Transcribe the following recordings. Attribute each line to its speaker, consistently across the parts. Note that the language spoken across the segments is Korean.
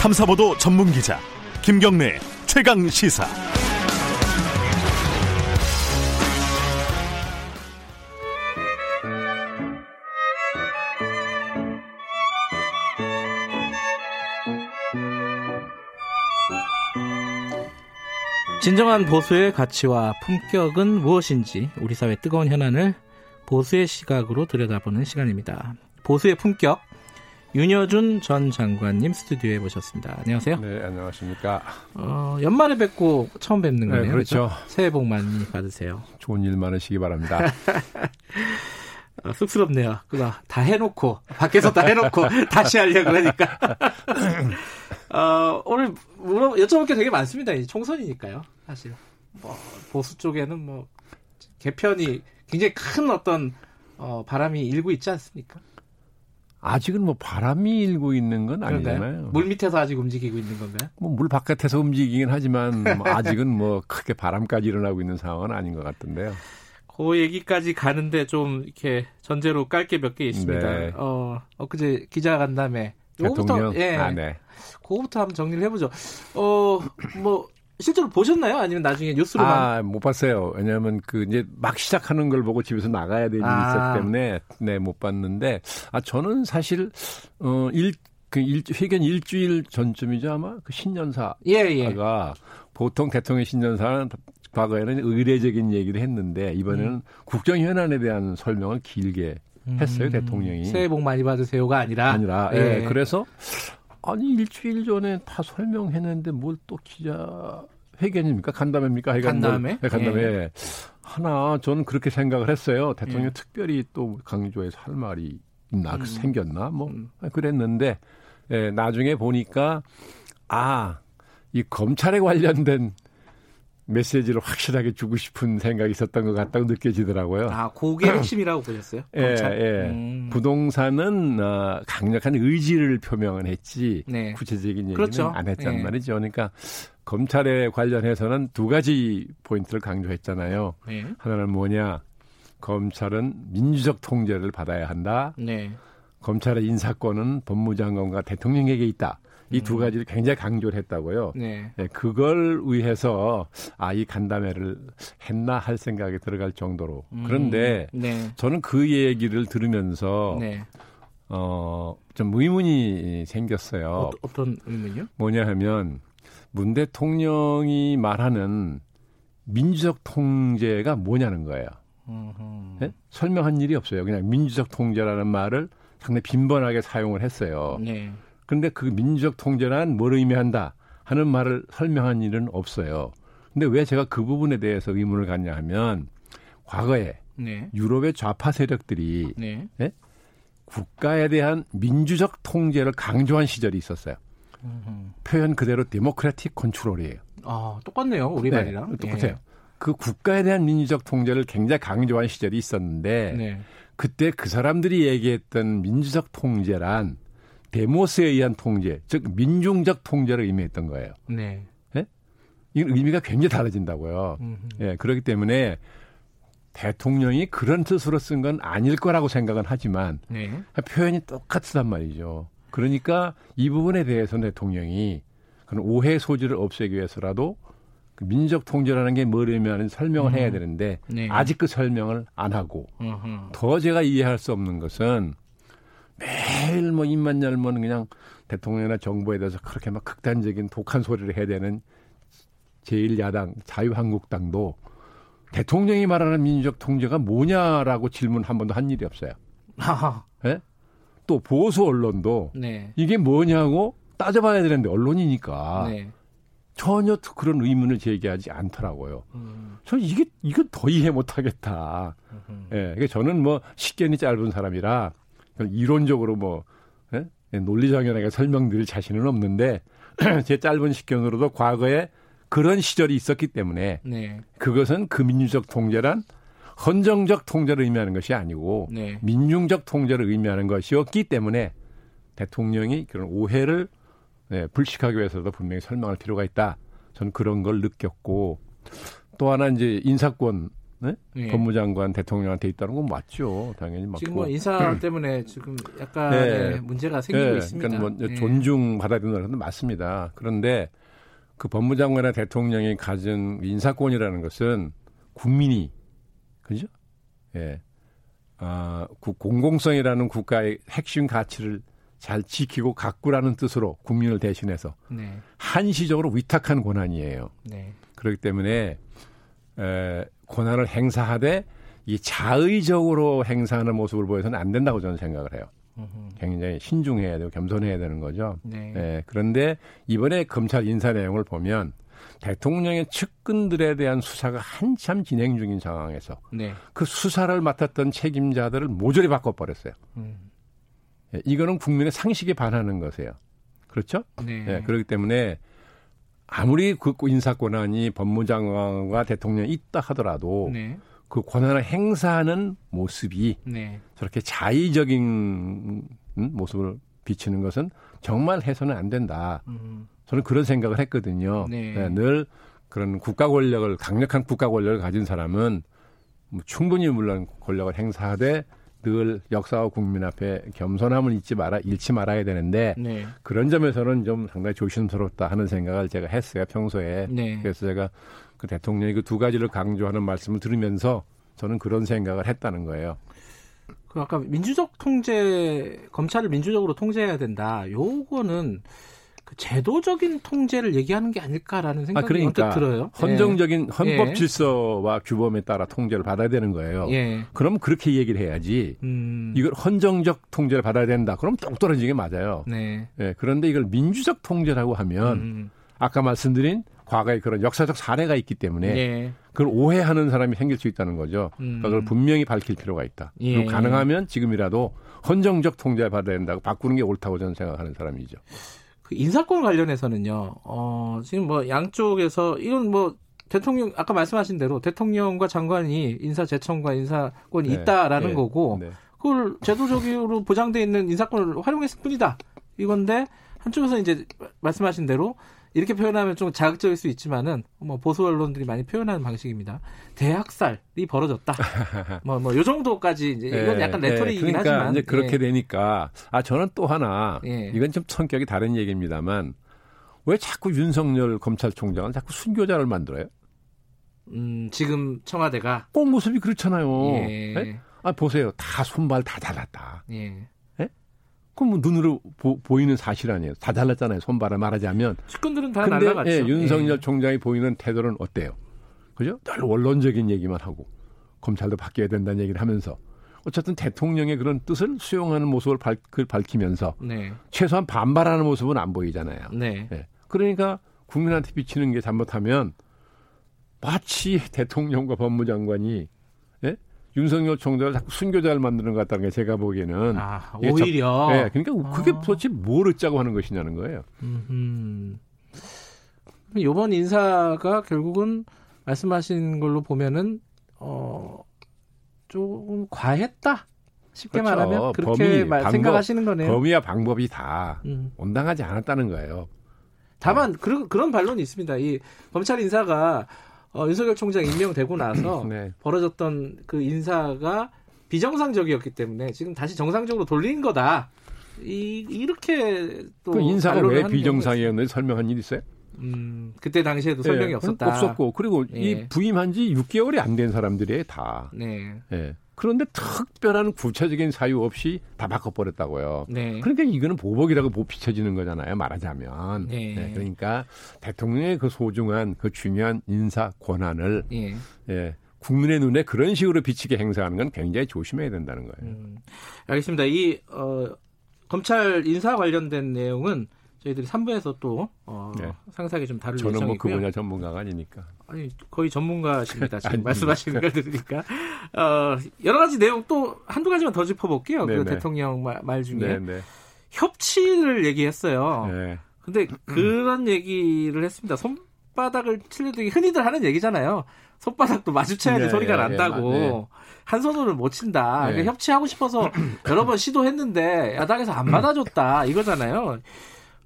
Speaker 1: 탐사보도 전문 기자 김경래 최강 시사.
Speaker 2: 진정한 보수의 가치와 품격은 무엇인지 우리 사회 뜨거운 현안을 보수의 시각으로 들여다보는 시간입니다. 보수의 품격 윤여준 전 장관님 스튜디오에 모셨습니다. 안녕하세요.
Speaker 3: 네, 안녕하십니까.
Speaker 2: 어, 연말에 뵙고 처음 뵙는 거네요.
Speaker 3: 네, 그렇죠.
Speaker 2: 새해 복 많이 받으세요.
Speaker 3: 좋은 일 많으시기 바랍니다.
Speaker 2: 아, 쑥스럽네요. 그다 다 해놓고 밖에서 다 해놓고 다시 하려 그러니까. 어, 오늘 물어 여쭤볼 게 되게 많습니다. 이 총선이니까요. 사실 뭐, 보수 쪽에는 뭐 개편이 굉장히 큰 어떤 어, 바람이 일고 있지 않습니까?
Speaker 3: 아직은 뭐 바람이 일고 있는 건 아니잖아요.
Speaker 2: 물 밑에서 아직 움직이고 있는 건가요?
Speaker 3: 뭐 물 바깥에서 움직이긴 하지만 뭐 아직은 뭐 크게 바람까지 일어나고 있는 상황은 아닌 것 같은데요.
Speaker 2: 그 얘기까지 가는데 좀 이렇게 전제로 깔 게 몇 개 있습니다.
Speaker 3: 네.
Speaker 2: 어, 엊그제 기자 간담회.
Speaker 3: 대통령.
Speaker 2: 요거부터, 예.
Speaker 3: 아, 네.
Speaker 2: 그거부터 한번 정리를 해보죠. 어, 뭐, 실제로 보셨나요? 아니면 나중에 뉴스로만?
Speaker 3: 아, 못 봤어요. 왜냐하면 그 이제 막 시작하는 걸 보고 집에서 나가야 될 일이
Speaker 2: 아.
Speaker 3: 있었기 때문에 네, 못 봤는데 아, 저는 사실 어, 일, 그 일, 회견 일주일 전쯤이죠 아마 그 신년사
Speaker 2: 예, 예.
Speaker 3: 가 보통 대통령 신년사는 과거에는 의례적인 얘기를 했는데 이번에는
Speaker 2: 음.
Speaker 3: 국정 현안에 대한 설명을 길게
Speaker 2: 음.
Speaker 3: 했어요 그 대통령이
Speaker 2: 새해 복 많이 받으세요가 아니라.
Speaker 3: 아니라
Speaker 2: 예.
Speaker 3: 예. 그래서 아니 일주일 전에 다 설명했는데 뭘 또 기자 회견입니까 간담회입니까 하여간 뭘-
Speaker 2: 간담회?
Speaker 3: 네, 간담회
Speaker 2: 예.
Speaker 3: 하나 저는 그렇게 생각을 했어요 대통령 이 특별히 또 강조해서 할 말이 있나 그 생겼나 뭐
Speaker 2: 음.
Speaker 3: 그랬는데 예, 나중에 보니까 아 이 검찰에 관련된 메시지를 확실하게 주고 싶은 생각이 있었던 것 같다고 느껴지더라고요.
Speaker 2: 아, 그게 핵심이라고 보셨어요?
Speaker 3: 예,
Speaker 2: 검찰?
Speaker 3: 예.
Speaker 2: 음.
Speaker 3: 부동산은 어, 강력한 의지를 표명은 했지
Speaker 2: 네.
Speaker 3: 구체적인 얘기는
Speaker 2: 그렇죠.
Speaker 3: 안 했단
Speaker 2: 예.
Speaker 3: 말이죠. 그러니까 검찰에 관련해서는 두 가지 포인트를 강조했잖아요.
Speaker 2: 네.
Speaker 3: 하나는 뭐냐? 검찰은 민주적 통제를 받아야 한다.
Speaker 2: 네.
Speaker 3: 검찰의 인사권은 법무장관과 대통령에게 있다. 이
Speaker 2: 음.
Speaker 3: 두 가지를 굉장히 강조를 했다고요.
Speaker 2: 네.
Speaker 3: 예, 그걸 위해서 아 이 간담회를 했나 할 생각이 들어갈 정도로. 그런데
Speaker 2: 음, 네.
Speaker 3: 저는 그 얘기를 들으면서
Speaker 2: 네.
Speaker 3: 어, 좀 의문이 생겼어요.
Speaker 2: 어, 어떤 의문이요?
Speaker 3: 뭐냐 하면 문 대통령이 말하는 민주적 통제가 뭐냐는 거예요.
Speaker 2: 어허.
Speaker 3: 예? 설명한 일이 없어요. 그냥 민주적 통제라는 말을 상당히 빈번하게 사용을 했어요.
Speaker 2: 네.
Speaker 3: 그런데 그 민주적 통제란 뭘 의미한다 하는 말을 설명한 일은 없어요. 근데 왜 제가 그 부분에 대해서 의문을 갖냐 하면 과거에
Speaker 2: 네.
Speaker 3: 유럽의 좌파 세력들이
Speaker 2: 네.
Speaker 3: 국가에 대한 민주적 통제를 강조한 시절이 있었어요. 표현 그대로 데모크라틱 컨트롤이에요.
Speaker 2: 아, 똑같네요. 우리 말이랑.
Speaker 3: 똑같아요.
Speaker 2: 예.
Speaker 3: 그 국가에 대한 민주적 통제를 굉장히 강조한 시절이 있었는데
Speaker 2: 네.
Speaker 3: 그때 그 사람들이 얘기했던 민주적 통제란 데모스에 의한 통제, 즉 민중적 통제를 의미했던 거예요.
Speaker 2: 네.
Speaker 3: 이건 의미가 굉장히 달라진다고요.
Speaker 2: 음.
Speaker 3: 예, 그렇기 때문에 대통령이 그런 뜻으로 쓴 건 아닐 거라고 생각은 하지만
Speaker 2: 네.
Speaker 3: 표현이 똑같단 말이죠. 그러니까 이 부분에 대해서는 대통령이 그런 오해 소지를 없애기 위해서라도 그 민족 통제라는 게 뭐냐는 설명을 해야 되는데
Speaker 2: 네.
Speaker 3: 아직 그 설명을 안 하고
Speaker 2: 어허.
Speaker 3: 더 제가 이해할 수 없는 것은 매일 뭐 입만 열면 그냥 대통령이나 정부에 대해서 그렇게 막 극단적인 독한 소리를 해야 되는 제1야당 자유한국당도 대통령이 말하는 민족 통제가 뭐냐라고 질문 한 번도 한 일이 없어요.
Speaker 2: 아하.
Speaker 3: 예? 또 보수 언론도
Speaker 2: 네.
Speaker 3: 이게 뭐냐고 따져봐야 되는데 언론이니까
Speaker 2: 네.
Speaker 3: 전혀 그런 의문을 제기하지 않더라고요.
Speaker 2: 음.
Speaker 3: 저 이게 이거 더 이해 못하겠다. 예, 그러니까 저는 뭐 식견이 짧은 사람이라 그런 이론적으로 뭐 예? 예, 논리정연하게 설명드릴 자신은 없는데 제 짧은 식견으로도 과거에 그런 시절이 있었기 때문에
Speaker 2: 네.
Speaker 3: 그것은 그 민주적 통제란 헌정적 통제를 의미하는 것이 아니고
Speaker 2: 네.
Speaker 3: 민중적 통제를 의미하는 것이었기 때문에 대통령이 그런 오해를 예, 불식하기 위해서도 분명히 설명할 필요가 있다. 저는 그런 걸 느꼈고 또 하나 이제 인사권 네?
Speaker 2: 예.
Speaker 3: 법무장관 대통령한테 있다는 건 맞죠. 당연히 맞고. 음.
Speaker 2: 지금 뭐 인사 때문에 지금 약간의
Speaker 3: 네.
Speaker 2: 문제가 생기고
Speaker 3: 예,
Speaker 2: 있습니다.
Speaker 3: 그러니까 뭐
Speaker 2: 예.
Speaker 3: 존중 받아들이는 건 맞습니다. 그런데 그 법무장관이나 대통령이 가진 인사권이라는 것은 국민이 그죠? 예. 아, 그 공공성이라는 국가의 핵심 가치를 잘 지키고 가꾸라는 뜻으로 국민을 대신해서
Speaker 2: 네,
Speaker 3: 한시적으로 위탁한 권한이에요.
Speaker 2: 네,
Speaker 3: 그렇기 때문에 에, 권한을 행사하되 이 자의적으로 행사하는 모습을 보여서는 안 된다고 저는 생각을 해요.
Speaker 2: 음흠.
Speaker 3: 굉장히 신중해야 되고 겸손해야 되는 거죠.
Speaker 2: 네.
Speaker 3: 예, 그런데 이번에 검찰 인사 내용을 보면 대통령의 측근들에 대한 수사가 한참 진행 중인 상황에서
Speaker 2: 네,
Speaker 3: 그 수사를 맡았던 책임자들을 모조리 바꿔버렸어요.
Speaker 2: 음,
Speaker 3: 예, 이거는 국민의 상식에 반하는 거세요. 그렇죠?
Speaker 2: 네,
Speaker 3: 예, 그렇기 때문에 아무리 그 인사 권한이 법무장관과 대통령이 있다 하더라도
Speaker 2: 네,
Speaker 3: 그 권한을 행사하는 모습이
Speaker 2: 네,
Speaker 3: 저렇게 자의적인 음, 모습을 비치는 것은 정말 해서는 안 된다.
Speaker 2: 음,
Speaker 3: 저는 그런 생각을 했거든요.
Speaker 2: 네.
Speaker 3: 늘 그런 국가 권력을 강력한 국가 권력을 가진 사람은 뭐 충분히 물론 권력을 행사하되 늘 역사와 국민 앞에 겸손함을 잊지 말아 잃지 말아야 되는데
Speaker 2: 네,
Speaker 3: 그런 점에서는 좀 상당히 조심스럽다 하는 생각을 제가 했어요 평소에.
Speaker 2: 네.
Speaker 3: 그래서 제가 그 대통령이 그 두 가지를 강조하는 말씀을 들으면서 저는 그런 생각을 했다는 거예요.
Speaker 2: 그 아까 민주적 통제 검찰을 민주적으로 통제해야 된다. 요거는 그 제도적인 통제를 얘기하는 게 아닐까라는 생각이 언뜻 들어요.
Speaker 3: 그러니까 헌정적인
Speaker 2: 예.
Speaker 3: 헌법 질서와 규범에 따라 통제를 받아야 되는 거예요.
Speaker 2: 예. 예.
Speaker 3: 그럼 그렇게 얘기를 해야지.
Speaker 2: 음.
Speaker 3: 이걸 헌정적 통제를 받아야 된다. 그럼 똑 떨어지게 맞아요.
Speaker 2: 네.
Speaker 3: 예, 그런데 이걸 민주적 통제라고 하면
Speaker 2: 음.
Speaker 3: 아까 말씀드린 과거의 그런 역사적 사례가 있기 때문에
Speaker 2: 예.
Speaker 3: 그걸 오해하는 사람이 생길 수 있다는 거죠.
Speaker 2: 음.
Speaker 3: 그러니까 그걸 분명히 밝힐 필요가 있다.
Speaker 2: 예.
Speaker 3: 그리고 가능하면 지금이라도 헌정적 통제를 받아야 된다고 바꾸는 게 옳다고 저는 생각하는 사람이죠.
Speaker 2: 그 인사권 관련해서는요. 어, 지금 뭐 양쪽에서 이건 뭐 대통령 아까 말씀하신 대로 대통령과 장관이 인사 제청과 인사권이
Speaker 3: 네.
Speaker 2: 있다라는
Speaker 3: 예.
Speaker 2: 거고
Speaker 3: 네.
Speaker 2: 그걸 제도적으로 보장돼 있는 인사권을 활용했을 뿐이다. 이건데 한쪽에서 이제 말씀하신 대로 이렇게 표현하면 좀 자극적일 수 있지만은 뭐 보수 언론들이 많이 표현하는 방식입니다. 대학살이 벌어졌다. 뭐 뭐 요 정도까지 이제 이건
Speaker 3: 예,
Speaker 2: 약간
Speaker 3: 예,
Speaker 2: 레토릭이긴
Speaker 3: 그러니까
Speaker 2: 하지만
Speaker 3: 이제 그렇게
Speaker 2: 예.
Speaker 3: 되니까 아 저는 또 하나
Speaker 2: 예.
Speaker 3: 이건 좀 성격이 다른 얘기입니다만 왜 자꾸 윤석열 검찰총장은 자꾸 순교자를 만들어요?
Speaker 2: 음, 지금 청와대가
Speaker 3: 꼭 모습이 그렇잖아요.
Speaker 2: 예.
Speaker 3: 예? 아 보세요, 다 손발 다 잘랐다.
Speaker 2: 예.
Speaker 3: 그럼 뭐 눈으로 보, 보이는 사실 아니에요. 다 잘랐잖아요. 손발을 말하자면.
Speaker 2: 측근들은 다
Speaker 3: 근데
Speaker 2: 날라갔죠.
Speaker 3: 예, 윤석열
Speaker 2: 예.
Speaker 3: 총장이 보이는 태도는 어때요? 그죠? 늘 원론적인 얘기만 하고 검찰도 바뀌어야 된다는 얘기를 하면서 어쨌든 대통령의 그런 뜻을 수용하는 모습을 밝, 그 밝히면서
Speaker 2: 네.
Speaker 3: 최소한 반발하는 모습은 안 보이잖아요.
Speaker 2: 네.
Speaker 3: 예. 그러니까 국민한테 비치는 게 잘못하면 마치 대통령과 법무장관이 예? 윤석열 총장을 자꾸 순교자를 만드는 것 같다는 게 제가 보기에는
Speaker 2: 아,
Speaker 3: 이게 참-
Speaker 2: 오히려
Speaker 3: 예, 그러니까 그게
Speaker 2: 아.
Speaker 3: 도대체 뭘 어쩌고 하는 것이냐는 거예요.
Speaker 2: 음. 요번 인사가 결국은 말씀하신 걸로 보면은 어 조금 과했다. 쉽게
Speaker 3: 그렇죠.
Speaker 2: 말하면 그렇게
Speaker 3: 범위,
Speaker 2: 말-
Speaker 3: 방법,
Speaker 2: 생각하시는 거네요.
Speaker 3: 범위와 방법이 다
Speaker 2: 음.
Speaker 3: 온당하지 않았다는 거예요.
Speaker 2: 다만 그런 그런 반론이 있습니다. 이 검찰 인사가 어, 윤석열 총장 임명되고 나서
Speaker 3: 네.
Speaker 2: 벌어졌던 그 인사가 비정상적이었기 때문에 지금 다시 정상적으로 돌린 거다. 이 이렇게 또
Speaker 3: 그 인사가
Speaker 2: 반론을
Speaker 3: 왜
Speaker 2: 하는 경우가
Speaker 3: 비정상이었는지 설명한 일 있어요?
Speaker 2: 있- 음, 그때 당시에도 설명이
Speaker 3: 예,
Speaker 2: 없었다.
Speaker 3: 없었고 그리고
Speaker 2: 예.
Speaker 3: 이 부임한 지 6개월이 안 된 사람들이 다.
Speaker 2: 네.
Speaker 3: 예. 그런데 특별한 구체적인 사유 없이 다 바꿔버렸다고요.
Speaker 2: 네.
Speaker 3: 그러니까 이거는 보복이라고 못 비춰지는 거잖아요. 말하자면.
Speaker 2: 네.
Speaker 3: 예, 그러니까 대통령의 그 소중한 그 중요한 인사 권한을
Speaker 2: 예.
Speaker 3: 예, 국민의 눈에 그런 식으로 비치게 행사하는 건 굉장히 조심해야 된다는 거예요.
Speaker 2: 음, 알겠습니다. 이 어, 검찰 인사 관련된 내용은 저희들이 3부에서 또 어,
Speaker 3: 네.
Speaker 2: 상세하게 좀 다룰
Speaker 3: 저는 뭐 그
Speaker 2: 예정이고요.
Speaker 3: 분야 전문가가 아니니까.
Speaker 2: 아니 거의 전문가십니다. 지금
Speaker 3: 아닙니다.
Speaker 2: 말씀하시는 걸 들으니까 어, 여러 가지 내용 또 한두 가지만 더 짚어볼게요. 그
Speaker 3: 네네.
Speaker 2: 대통령 말, 말 중에
Speaker 3: 네, 네.
Speaker 2: 협치를 얘기했어요.
Speaker 3: 네.
Speaker 2: 근데 그런 얘기를 했습니다. 손바닥을 칠려도 이게 흔히들 하는 얘기잖아요. 손바닥도 마주쳐야지
Speaker 3: 네,
Speaker 2: 소리가
Speaker 3: 예,
Speaker 2: 난다고.
Speaker 3: 예, 네.
Speaker 2: 한 손으로 못 친다.
Speaker 3: 네.
Speaker 2: 그러니까 협치하고 싶어서 여러 번 시도했는데 야당에서 안 받아줬다. 이거잖아요.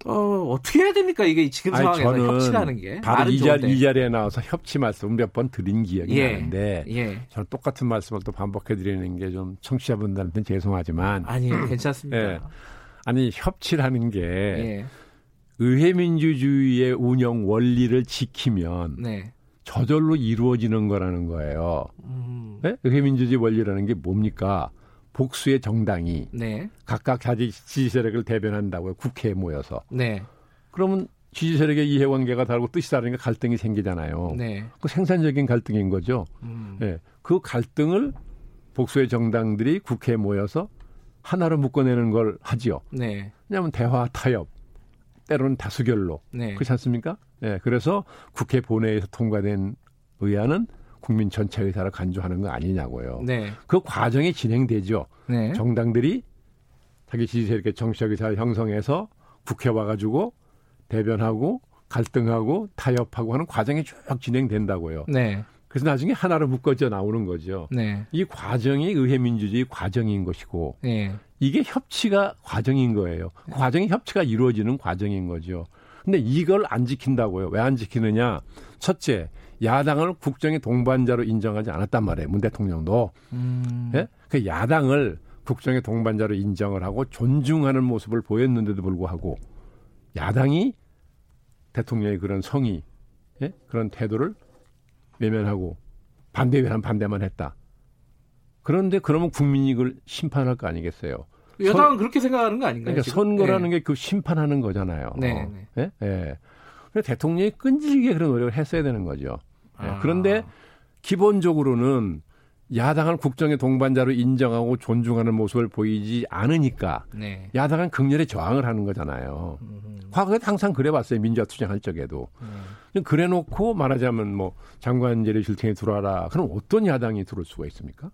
Speaker 2: 어, 어떻게 해야 됩니까? 이게 지금
Speaker 3: 아니,
Speaker 2: 상황에서
Speaker 3: 저는
Speaker 2: 협치라는 게.
Speaker 3: 바로
Speaker 2: 말은
Speaker 3: 이, 자,
Speaker 2: 좋은데.
Speaker 3: 이 자리에 나와서 협치 말씀 몇 번 드린 기억이
Speaker 2: 예.
Speaker 3: 나는데
Speaker 2: 예.
Speaker 3: 저는 똑같은 말씀을 또 반복해 드리는 게 좀 청취자분들한테 죄송하지만
Speaker 2: 아니, 괜찮습니다.
Speaker 3: 예. 아니 협치라는 게
Speaker 2: 예.
Speaker 3: 의회민주주의의 운영 원리를 지키면
Speaker 2: 네.
Speaker 3: 저절로 이루어지는 거라는 거예요.
Speaker 2: 음,
Speaker 3: 예? 의회민주주의 원리라는 게 뭡니까? 복수의 정당이
Speaker 2: 네.
Speaker 3: 각각 자기 지지 세력을 대변한다고요. 국회에 모여서.
Speaker 2: 네.
Speaker 3: 그러면 지지 세력의 이해관계가 다르고 뜻이 다르니까 갈등이 생기잖아요.
Speaker 2: 네.
Speaker 3: 그 생산적인 갈등인 거죠.
Speaker 2: 음,
Speaker 3: 예. 그 갈등을 복수의 정당들이 국회에 모여서 하나로 묶어내는 걸 하지요.
Speaker 2: 네.
Speaker 3: 왜냐하면 대화 타협, 때로는 다수결로
Speaker 2: 네.
Speaker 3: 그렇지 않습니까? 예. 그래서 국회 본회의에서 통과된 의안은 국민 전체 의사를 간주하는 거 아니냐고요.
Speaker 2: 네.
Speaker 3: 그 과정이 진행되죠.
Speaker 2: 네.
Speaker 3: 정당들이 자기 지지세 이렇게 정치적 의사를 형성해서 국회 와가지고 대변하고 갈등하고 타협하고 하는 과정이 쭉 진행된다고요.
Speaker 2: 네.
Speaker 3: 그래서 나중에 하나로 묶어져 나오는 거죠.
Speaker 2: 네.
Speaker 3: 이 과정이 의회민주주의 과정인 것이고
Speaker 2: 예.
Speaker 3: 이게 협치가 과정인 거예요. 그 과정이 협치가 이루어지는 과정인 거죠. 근데 이걸 안 지킨다고요. 왜 안 지키느냐? 첫째, 야당을 국정의 동반자로 인정하지 않았단 말이에요. 문 대통령도.
Speaker 2: 음,
Speaker 3: 예? 그 야당을 국정의 동반자로 인정을 하고 존중하는 모습을 보였는데도 불구하고 야당이 대통령의 그런 성의, 예? 그런 태도를 외면하고 반대면 반대만 했다. 그런데 그러면 국민이 이걸 심판할 거 아니겠어요?
Speaker 2: 여당은 그렇게 생각하는 거 아닌가요?
Speaker 3: 그러니까
Speaker 2: 네, 지금? 예.
Speaker 3: 선거라는 게 그 심판하는 거잖아요.
Speaker 2: 네, 네.
Speaker 3: 예? 예. 그래서 대통령이 끈질기게 그런 노력을 했어야 되는 거죠. 예.
Speaker 2: 아.
Speaker 3: 그런데 기본적으로는 야당을 국정의 동반자로 인정하고 존중하는 모습을 보이지 않으니까
Speaker 2: 네.
Speaker 3: 야당은 극렬히 저항을 하는 거잖아요.
Speaker 2: 음, 네.
Speaker 3: 과거에 항상 그래봤어요. 민주화 투쟁할 적에도. 근데 그래놓고 말하자면 뭐 장관제를 줄 테니 들어와라. 그럼 어떤 야당이 들어올 수가 있습니까? 네.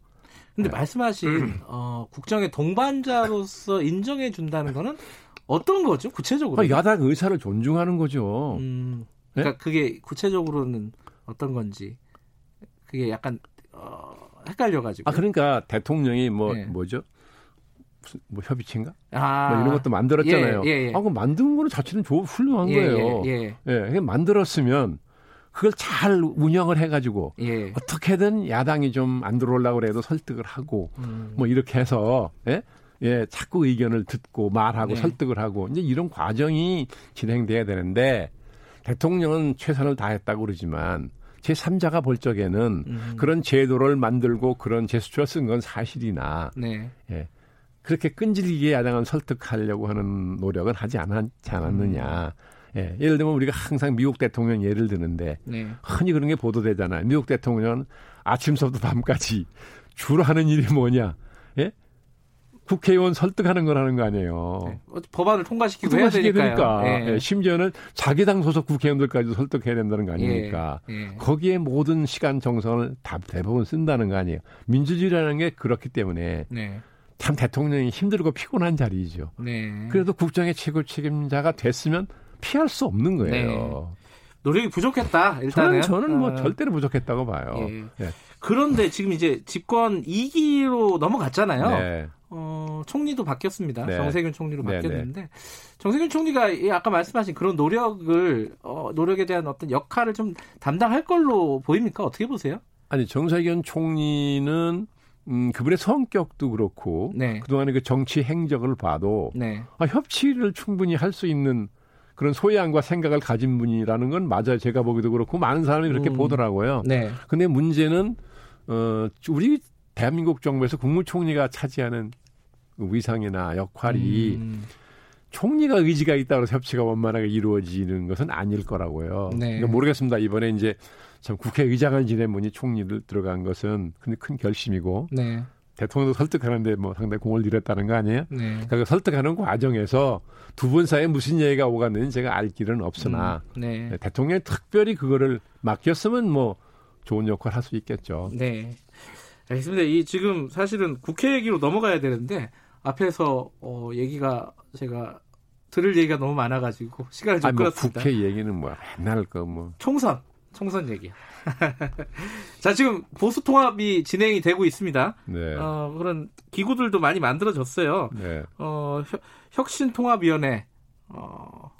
Speaker 2: 근데
Speaker 3: 음.
Speaker 2: 말씀하신 어, 국정의 동반자로서 인정해 준다는 거는 어떤 거죠? 구체적으로?
Speaker 3: 아, 야당 네? 의사를 존중하는 거죠.
Speaker 2: 음, 그러니까 그게 구체적으로는 어떤 건지 그게 약간 어, 헷갈려가지고
Speaker 3: 아 그러니까 대통령이 뭐
Speaker 2: 예.
Speaker 3: 뭐죠? 무슨 뭐 협의체인가?
Speaker 2: 아,
Speaker 3: 뭐 이런 것도 만들었잖아요.
Speaker 2: 예, 예, 예.
Speaker 3: 아, 그 만든 거는 자체는 좋 훌륭한
Speaker 2: 예,
Speaker 3: 거예요. 예,
Speaker 2: 예,
Speaker 3: 그게 만들었으면 그걸 잘 운영을 해가지고
Speaker 2: 예, 예.
Speaker 3: 어떻게든 야당이 좀 안 들어오려고 해도 설득을 하고
Speaker 2: 음,
Speaker 3: 뭐 이렇게 해서 예, 예 자꾸 의견을 듣고 말하고
Speaker 2: 네.
Speaker 3: 설득을 하고 이제 이런 과정이 진행돼야 되는데 대통령은 최선을 다했다고 그러지만 제 3자가 볼 적에는
Speaker 2: 음.
Speaker 3: 그런 제도를 만들고 그런 제스처를 쓴 건 사실이나
Speaker 2: 네.
Speaker 3: 예. 그렇게 끈질기게 야당을 설득하려고 하는 노력은 하지 않았지 않았느냐.
Speaker 2: 음.
Speaker 3: 예. 예를 들면 우리가 항상 미국 대통령 예를 드는데
Speaker 2: 네.
Speaker 3: 흔히 그런 게 보도되잖아요. 미국 대통령은 아침서부터 밤까지 주로 하는 일이 뭐냐. 예? 국회의원 설득하는 거라는 거 아니에요.
Speaker 2: 어, 법안을 통과시키고
Speaker 3: 통과시켜야
Speaker 2: 해야
Speaker 3: 네. 되니까.
Speaker 2: 되니까요. 네.
Speaker 3: 예. 심지어는 자기 당 소속 국회의원들까지도 설득해야 된다는 거 아닙니까.
Speaker 2: 예. 예.
Speaker 3: 거기에 모든 시간 정성을 다 대부분 쓴다는 거 아니에요. 민주주의라는 게 그렇기 때문에
Speaker 2: 네.
Speaker 3: 참 대통령이 힘들고 피곤한 자리이죠.
Speaker 2: 네.
Speaker 3: 그래도 국정의 최고 책임자가 됐으면 피할 수 없는 거예요.
Speaker 2: 노력이 부족했다.
Speaker 3: 저는
Speaker 2: 일단은
Speaker 3: 저는 뭐
Speaker 2: 어,
Speaker 3: 절대로 부족했다고 봐요.
Speaker 2: 예.
Speaker 3: 예.
Speaker 2: 그런데 지금 이제 집권 2기로 넘어갔잖아요.
Speaker 3: 네.
Speaker 2: 어, 총리도 바뀌었습니다.
Speaker 3: 네.
Speaker 2: 정세균 총리로
Speaker 3: 네,
Speaker 2: 바뀌었는데 정세균 총리가 이 아까 말씀하신 그런 노력을 어, 노력에 대한 어떤 역할을 좀 담당할 걸로 보입니까? 어떻게 보세요?
Speaker 3: 아니 정세균 총리는 음, 그분의 성격도 그렇고
Speaker 2: 네.
Speaker 3: 그동안의 그 정치 행적을 봐도
Speaker 2: 네.
Speaker 3: 아, 협치를 충분히 할 수 있는 그런 소양과 생각을 가진 분이라는 건 맞아요. 제가 보기도 그렇고 많은 사람이 그렇게
Speaker 2: 음.
Speaker 3: 보더라고요.
Speaker 2: 네.
Speaker 3: 근데 문제는 어 우리 대한민국 정부에서 국무총리가 차지하는 그 위상이나 역할이
Speaker 2: 음,
Speaker 3: 총리가 의지가 있다고 해서 협치가 원만하게 이루어지는 것은 아닐 거라고요.
Speaker 2: 네.
Speaker 3: 그러니까 모르겠습니다. 이번에 이제 참 국회의장을 지낸 분이 총리를 들어간 것은 근데 큰 결심이고
Speaker 2: 네.
Speaker 3: 대통령도 설득하는데 뭐 상당히 공을 들였다는 거 아니에요?
Speaker 2: 네.
Speaker 3: 그러니까 그 설득하는 과정에서 두 분 사이에 무슨 얘기가 오갔는지 제가 알 길은 없으나
Speaker 2: 음, 네.
Speaker 3: 대통령이 특별히 그거를 맡겼으면 뭐 좋은 역할 할 수 있겠죠.
Speaker 2: 네. 알겠습니다. 이 지금 사실은 국회 얘기로 넘어가야 되는데 앞에서 어 얘기가 제가 들을 얘기가 너무 많아가지고 시간을 좀
Speaker 3: 아니 뭐
Speaker 2: 끌었습니다.
Speaker 3: 국회 얘기는 뭐 맨날 그뭐
Speaker 2: 총선, 총선 얘기. 자 지금 보수 통합이 진행이 되고 있습니다.
Speaker 3: 네.
Speaker 2: 어, 그런 기구들도 많이 만들어졌어요.
Speaker 3: 네.
Speaker 2: 어, 혁- 혁신통합위원회, 어,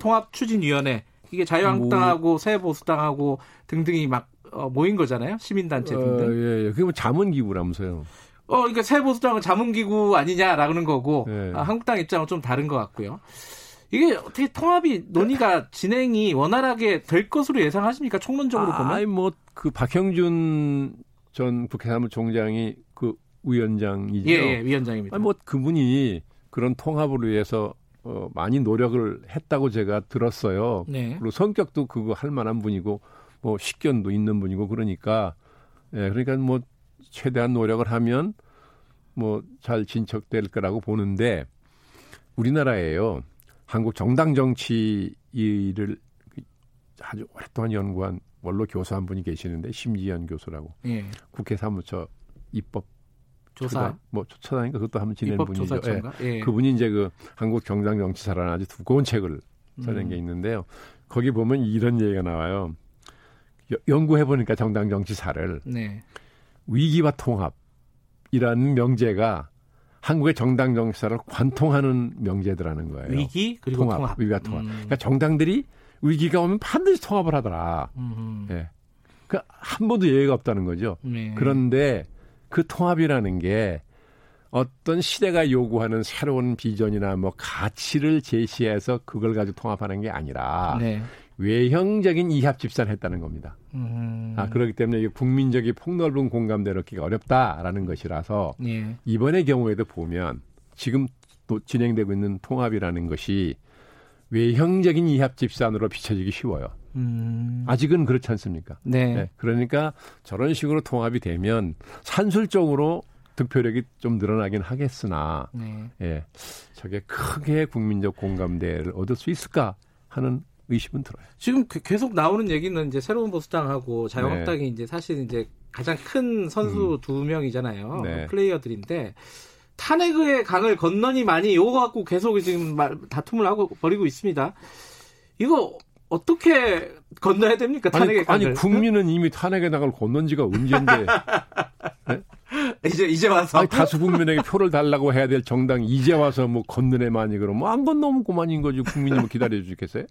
Speaker 2: 혁신통합추진위원회 이게 자유한국당하고
Speaker 3: 뭐
Speaker 2: 새보수당하고 등등이 막 어, 모인 거잖아요 시민단체
Speaker 3: 어,
Speaker 2: 등등.
Speaker 3: 예, 예. 그게 뭐 자문 기구라면서요.
Speaker 2: 어, 그러니까 새보수당은 자문기구 아니냐라는 거고
Speaker 3: 네.
Speaker 2: 아, 한국당 입장은 좀 다른 것 같고요. 이게 어떻게 통합이 논의가 진행이 원활하게 될 것으로 예상하십니까? 총론적으로 보면
Speaker 3: 아니 뭐그 박형준 전 국회 사무총장이 그 위원장이죠.
Speaker 2: 예, 예, 위원장입니다.
Speaker 3: 아니 뭐 그분이 그런 통합을 위해서 어, 많이 노력을 했다고 제가 들었어요.
Speaker 2: 네.
Speaker 3: 그리고 성격도 그거 할 만한 분이고 뭐 식견도 있는 분이고 그러니까 예, 그러니까 뭐 최대한 노력을 하면 뭐 잘 진척될 거라고 보는데 우리나라에요 한국 정당 정치를 아주 오랫동안 연구한 원로 교수 한 분이 계시는데 심지연 교수라고
Speaker 2: 예.
Speaker 3: 국회 사무처 입법
Speaker 2: 조사
Speaker 3: 처단, 뭐 처단인가 그것도 한번 지낸
Speaker 2: 입법
Speaker 3: 분이죠. 예.
Speaker 2: 조사처인가? 예.
Speaker 3: 그분이 이제 그 한국 경상 정치사라는 아주 두꺼운 책을 써낸
Speaker 2: 음.
Speaker 3: 게 있는데요. 거기 보면 이런 얘기가 나와요. 여- 연구해보니까 정당 정치사를
Speaker 2: 네.
Speaker 3: 위기와 통합이라는 명제가 한국의 정당 정치사를 관통하는 명제더라는 거예요.
Speaker 2: 위기 그리고 통합.
Speaker 3: 위기와 통합.
Speaker 2: 음.
Speaker 3: 그러니까 정당들이 위기가 오면 반드시 통합을 하더라.
Speaker 2: 음.
Speaker 3: 예. 그러니까 한 번도 예외가 없다는 거죠.
Speaker 2: 네.
Speaker 3: 음. 그런데 그 통합이라는 게 어떤 시대가 요구하는 새로운 비전이나 뭐 가치를 제시해서 그걸 가지고 통합하는 게 아니라
Speaker 2: 네.
Speaker 3: 외형적인 이합 집산을 했다는 겁니다.
Speaker 2: 음.
Speaker 3: 아, 그렇기 때문에 이게 국민적인 폭넓은 공감대를 얻기가 어렵다라는 것이라서
Speaker 2: 예.
Speaker 3: 이번의 경우에도 보면 지금 또 진행되고 있는 통합이라는 것이 외형적인 이합 집산으로 비춰지기 쉬워요.
Speaker 2: 음.
Speaker 3: 아직은 그렇지 않습니까?
Speaker 2: 네.
Speaker 3: 네, 그러니까 저런 식으로 통합이 되면 산술적으로 득표력이 좀 늘어나긴 하겠으나
Speaker 2: 네.
Speaker 3: 예, 저게 크게 국민적 공감대를 얻을 수 있을까 하는 의심은 들어요.
Speaker 2: 지금 그- 계속 나오는 얘기는 이제 새로운 보수당하고 자유한국당이 이제 사실 이제 가장 큰 선수 두 명이잖아요.
Speaker 3: 네.
Speaker 2: 플레이어들인데 탄핵의 강을 건너니 많이 요거 갖고 계속 지금 말, 다툼을 하고 버리고 있습니다. 이거 어떻게 건너야 됩니까? 그러니까 탄핵의
Speaker 3: 아니,
Speaker 2: 강을.
Speaker 3: 아니 국민은 이미 탄핵의 낙을 건넌 지가 언젠데
Speaker 2: 이제 이제 와서
Speaker 3: 아니, 다수 국민에게 표를 달라고 해야 될 정당 이제 와서 뭐 건너네만이 그러면 뭐안 건너면 그만인 거지 국민이 뭐 기다려 주겠어요?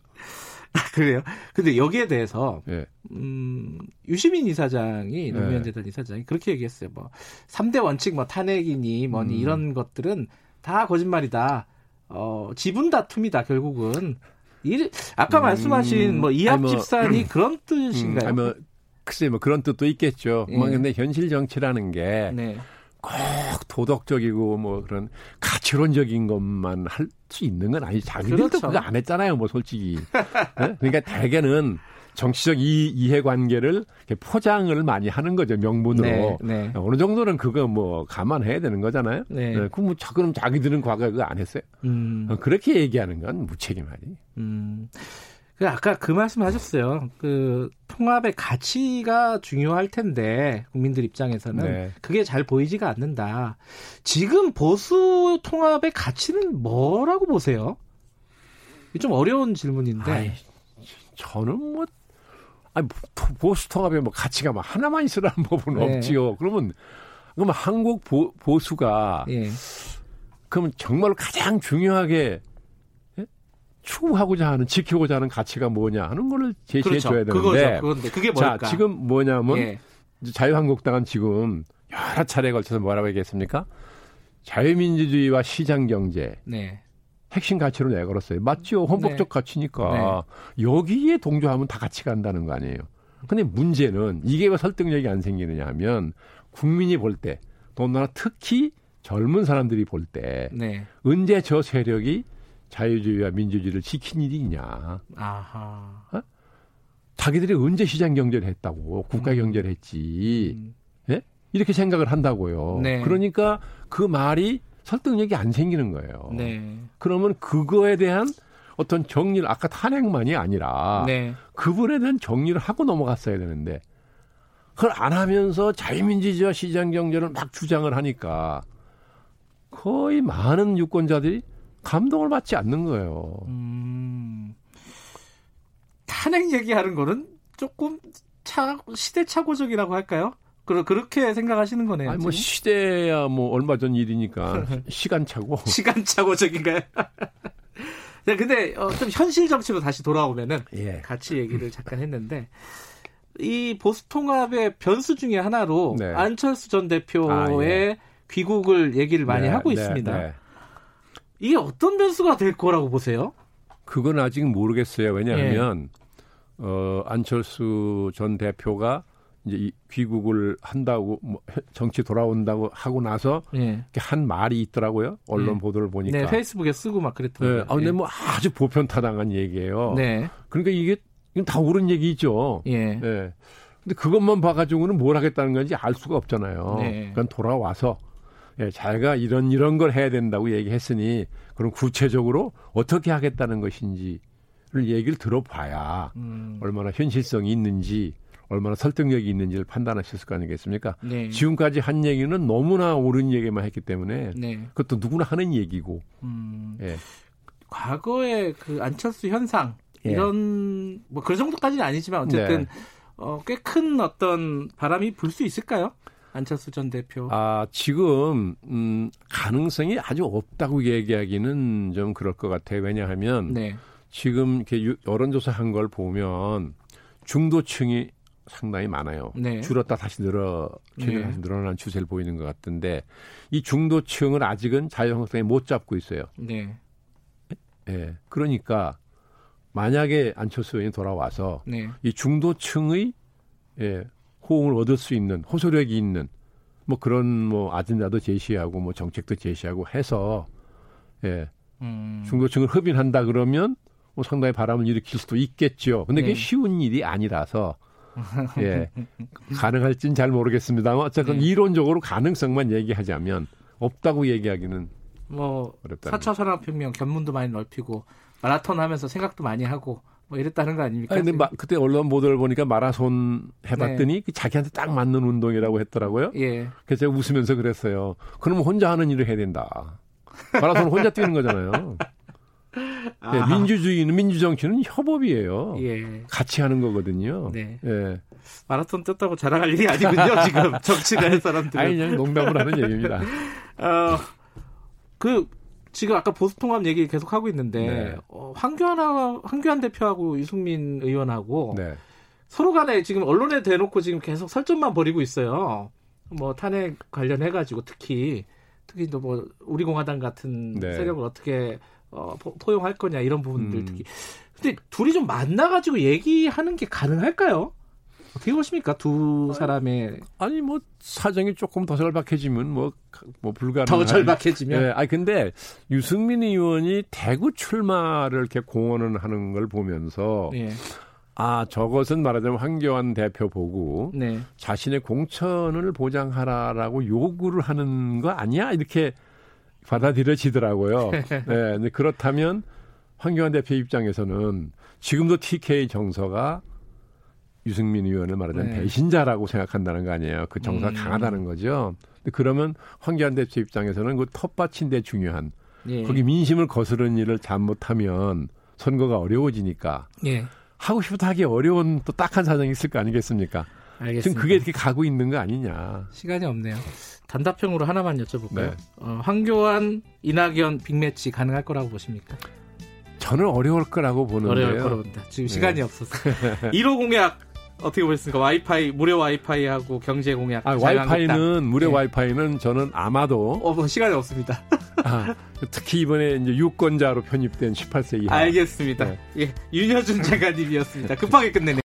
Speaker 2: 그래요. 근데 여기에 대해서
Speaker 3: 예.
Speaker 2: 음, 유시민 이사장이 노무현
Speaker 3: 네.
Speaker 2: 재단 이사장이 그렇게 얘기했어요. 뭐삼대 원칙 뭐 탄핵이니 뭐니
Speaker 3: 음.
Speaker 2: 이런 것들은 다 거짓말이다. 어, 지분 다툼이다 결국은. 이, 아까
Speaker 3: 음,
Speaker 2: 말씀하신 뭐
Speaker 3: 아니,
Speaker 2: 이합
Speaker 3: 뭐,
Speaker 2: 집산이 그런
Speaker 3: 음,
Speaker 2: 뜻인가요?
Speaker 3: 아니, 뭐, 글쎄 뭐 그런 뜻도 있겠죠. 뭐
Speaker 2: 예.
Speaker 3: 근데 현실 정치라는 게
Speaker 2: 네.
Speaker 3: 꼭 도덕적이고 뭐 그런 가치론적인 것만 할 수 있는 건 아니지. 자기들도
Speaker 2: 그렇죠.
Speaker 3: 그거 안 했잖아요, 뭐 솔직히. 네? 그러니까 대개는 정치적 이, 이해관계를 이렇게 포장을 많이 하는 거죠, 명분으로.
Speaker 2: 네. 네.
Speaker 3: 어느 정도는 그거 뭐 감안해야 되는 거잖아요.
Speaker 2: 네.
Speaker 3: 네, 그럼 뭐 자- 그럼 자기들은 과거에 그거 안 했어요.
Speaker 2: 음.
Speaker 3: 어, 그렇게 얘기하는 건 무책임하지.
Speaker 2: 음. 그 아까 그 말씀하셨어요. 그 통합의 가치가 중요할 텐데 국민들 입장에서는
Speaker 3: 네.
Speaker 2: 그게 잘 보이지가 않는다. 지금 보수 통합의 가치는 뭐라고 보세요? 이게 좀 어려운 질문인데.
Speaker 3: 아이, 저는 뭐 아니 토- 보수 통합에 뭐 가치가 뭐 하나만 있으라는 법은
Speaker 2: 네.
Speaker 3: 없지요. 그러면 그러면 한국 보, 보수가
Speaker 2: 예.
Speaker 3: 그러면 정말 가장 중요하게 예? 추구하고자 하는 지키고자 하는 가치가 뭐냐 하는 거를 제시해
Speaker 2: 그렇죠.
Speaker 3: 줘야
Speaker 2: 그거죠.
Speaker 3: 되는데
Speaker 2: 그건데 그게
Speaker 3: 자
Speaker 2: 뭘까?
Speaker 3: 지금 뭐냐면
Speaker 2: 예.
Speaker 3: 이제 자유한국당은 지금 여러 차례에 걸쳐서 뭐라고 얘기했습니까? 자유민주주의와 시장경제
Speaker 2: 네.
Speaker 3: 핵심 가치로 내걸었어요. 맞죠? 헌법적 가치니까
Speaker 2: 네.
Speaker 3: 여기에 동조하면 다 같이 간다는 거 아니에요. 근데 문제는 이게 왜 설득력이 안 생기느냐 하면 국민이 볼 때, 더군다나 특히 젊은 사람들이 볼 때
Speaker 2: 네.
Speaker 3: 언제 저 세력이 자유주의와 민주주의를 지킨 일이 있냐.
Speaker 2: 아하.
Speaker 3: 자기들이 언제 시장 경제를 했다고 국가 경제를 했지.
Speaker 2: 음.
Speaker 3: 예? 이렇게 생각을 한다고요.
Speaker 2: 네.
Speaker 3: 그러니까 그 말이 설득력이 안 생기는 거예요.
Speaker 2: 네.
Speaker 3: 그러면 그거에 대한 어떤 정리를 아까 탄핵만이 아니라
Speaker 2: 네.
Speaker 3: 그분에 대한 정리를 하고 넘어갔어야 되는데 그걸 안 하면서 자유민주주의와 시장 경제를 막 주장을 하니까 거의 많은 유권자들이 감동을 받지 않는 거예요.
Speaker 2: 음, 탄핵 얘기하는 거는 조금 차, 시대착오적이라고 할까요? 그, 그렇게 생각하시는 거네요.
Speaker 3: 아니 뭐
Speaker 2: 지금?
Speaker 3: 시대야 뭐 얼마 전 일이니까 시간차고
Speaker 2: 시간착오적인가요? 네, 근데 어, 좀 현실 정치로 다시 돌아오면은
Speaker 3: 예.
Speaker 2: 같이 얘기를 잠깐 했는데 이 보수 통합의 변수 중에 하나로
Speaker 3: 네.
Speaker 2: 안철수 전 대표의
Speaker 3: 아, 예.
Speaker 2: 귀국을 얘기를 많이
Speaker 3: 네,
Speaker 2: 하고
Speaker 3: 네,
Speaker 2: 있습니다.
Speaker 3: 네.
Speaker 2: 이게 어떤 변수가 될 거라고 보세요?
Speaker 3: 그건 아직 모르겠어요. 왜냐하면
Speaker 2: 예.
Speaker 3: 어, 안철수 전 대표가 이제 이 귀국을 한다고 뭐, 정치 돌아온다고 하고 나서
Speaker 2: 예.
Speaker 3: 이렇게 한 말이 있더라고요. 언론
Speaker 2: 음.
Speaker 3: 보도를 보니까.
Speaker 2: 네, 페이스북에 쓰고 막
Speaker 3: 네,
Speaker 2: 그랬던데.
Speaker 3: 아, 근데 뭐 아주 보편타당한 얘기예요.
Speaker 2: 네.
Speaker 3: 그러니까 이게 이건 다 옳은 얘기죠.
Speaker 2: 예.
Speaker 3: 예. 근데 그것만 봐가지고는 뭘 하겠다는 건지 알 수가 없잖아요.
Speaker 2: 네.
Speaker 3: 그러니까 돌아와서 예, 자기가 이런 이런 걸 해야 된다고 얘기했으니 그럼 구체적으로 어떻게 하겠다는 것인지를 얘기를 들어봐야
Speaker 2: 음,
Speaker 3: 얼마나 현실성이 있는지 얼마나 설득력이 있는지를 판단하실 거 아니겠습니까?
Speaker 2: 네.
Speaker 3: 지금까지 한 얘기는 너무나 옳은 얘기만 했기 때문에
Speaker 2: 네.
Speaker 3: 그것도 누구나 하는 얘기고
Speaker 2: 음,
Speaker 3: 예.
Speaker 2: 과거의 그 안철수 현상
Speaker 3: 예.
Speaker 2: 이런 뭐 그 정도까지는 아니지만 어쨌든
Speaker 3: 네.
Speaker 2: 어, 꽤 큰 어떤 바람이 불 수 있을까요? 안철수 전 대표.
Speaker 3: 아, 지금, 음, 가능성이 아주 없다고 얘기하기는 좀 그럴 것 같아요. 왜냐하면
Speaker 2: 네.
Speaker 3: 지금 이렇게 유- 여론조사 한 걸 보면 중도층이 상당히 많아요.
Speaker 2: 네.
Speaker 3: 줄었다 다시 늘어, 최근에
Speaker 2: 네.
Speaker 3: 다시 늘어난 추세를 보이는 것 같은데 이 중도층을 아직은 자유한국당이 못 잡고 있어요.
Speaker 2: 네.
Speaker 3: 예. 그러니까 만약에 안철수 의원이 돌아와서
Speaker 2: 네.
Speaker 3: 이 중도층의 예, 호응을 얻을 수 있는 호소력이 있는 뭐 그런 뭐 아젠다도 제시하고 뭐 정책도 제시하고 해서 예,
Speaker 2: 음.
Speaker 3: 중도층을 흡인한다 그러면 뭐 상당히 바람을 일으킬 수도 있겠죠. 근데
Speaker 2: 네.
Speaker 3: 그게 쉬운 일이 아니라서 예, 가능할진 잘 모르겠습니다만 어쨌든
Speaker 2: 네.
Speaker 3: 이론적으로 가능성만 얘기하자면 없다고 얘기하기는
Speaker 2: 뭐
Speaker 3: 어렵다는
Speaker 2: 4차 산업혁명 견문도 많이 넓히고 마라톤 하면서 생각도 많이 하고 뭐 이랬다는 거 아닙니까? 네.
Speaker 3: 아니, 근데 마- 그때 언론 보도를 보니까 마라손 해봤더니 그 자기한테 딱 맞는 운동이라고 했더라고요.
Speaker 2: 예.
Speaker 3: 그래서 제가 웃으면서 그랬어요. 그러면 혼자 하는 일을 해야 된다. 마라손 혼자 뛰는 거잖아요. 예,
Speaker 2: 아,
Speaker 3: 민주주의는 민주정치는 협업이에요.
Speaker 2: 예.
Speaker 3: 같이 하는 거거든요.
Speaker 2: 네.
Speaker 3: 예.
Speaker 2: 마라톤 떴다고 자랑할 일이 아니군요, 지금. 정치를 할 사람들은.
Speaker 3: 아니 그냥 농담을 하는 얘기입니다.
Speaker 2: 어, 그 지금 아까 보수 통합 얘기 계속 하고 있는데
Speaker 3: 네.
Speaker 2: 어, 황교안 황교안 대표하고 유승민 의원하고
Speaker 3: 네.
Speaker 2: 서로 간에 지금 언론에 대놓고 지금 계속 설전만 벌이고 있어요. 뭐 탄핵 관련해 가지고 특히 특히 또 뭐 우리 공화당 같은
Speaker 3: 네.
Speaker 2: 세력을 어떻게 어, 포- 포용할 거냐 이런 부분들
Speaker 3: 음.
Speaker 2: 특히 근데 둘이 좀 만나 가지고 얘기하는 게 가능할까요? 어떻게 보십니까 두 사람의
Speaker 3: 아니 뭐 사정이 조금 더 절박해지면 뭐, 가- 뭐 불가능.
Speaker 2: 더 절박해지면
Speaker 3: 예. 아니 근데 유승민 의원이 대구 출마를 이렇게 공언을 하는 걸 보면서
Speaker 2: 네,
Speaker 3: 아 저것은 말하자면 황교안 대표 보고
Speaker 2: 네,
Speaker 3: 자신의 공천을 보장하라라고 요구를 하는 거 아니야? 이렇게 받아들여지더라고요. 네, 근데 그렇다면 황교안 대표 입장에서는 지금도 TK 정서가 유승민 의원을 말하자면
Speaker 2: 네.
Speaker 3: 배신자라고 생각한다는 거 아니에요. 그 정서가
Speaker 2: 음.
Speaker 3: 강하다는 거죠. 근데 그러면 황교안 대표 입장에서는 그 텃밭인데 중요한
Speaker 2: 예.
Speaker 3: 거기 민심을 거스르는 일을 잘못하면 선거가 어려워지니까
Speaker 2: 예.
Speaker 3: 하고 싶어도 하기 어려운 또 딱한 사정이 있을 거 아니겠습니까?
Speaker 2: 알겠습니다.
Speaker 3: 지금 그게 이렇게 가고 있는 거 아니냐.
Speaker 2: 시간이 없네요. 단답형으로 하나만 여쭤볼까요?
Speaker 3: 네.
Speaker 2: 어, 황교안, 이낙연 빅매치 가능할 거라고 보십니까?
Speaker 3: 저는 어려울 거라고 보는데요.
Speaker 2: 어려울 거로 본다. 지금
Speaker 3: 네.
Speaker 2: 시간이 없어서. 1호 공약 어떻게 보셨습니까? 와이파이 무료 와이파이하고 경제 공약.
Speaker 3: 아,
Speaker 2: 자유한국당.
Speaker 3: 와이파이는 무료
Speaker 2: 예.
Speaker 3: 와이파이는 저는 아마도
Speaker 2: 어, 뭐 시간이 없습니다.
Speaker 3: 아,
Speaker 2: 어.
Speaker 3: 특히 이번에 이제 유권자로 편입된 18세 이하
Speaker 2: 알겠습니다.
Speaker 3: 네.
Speaker 2: 예, 윤여준 장관님이었습니다. 급하게 끝내네. 요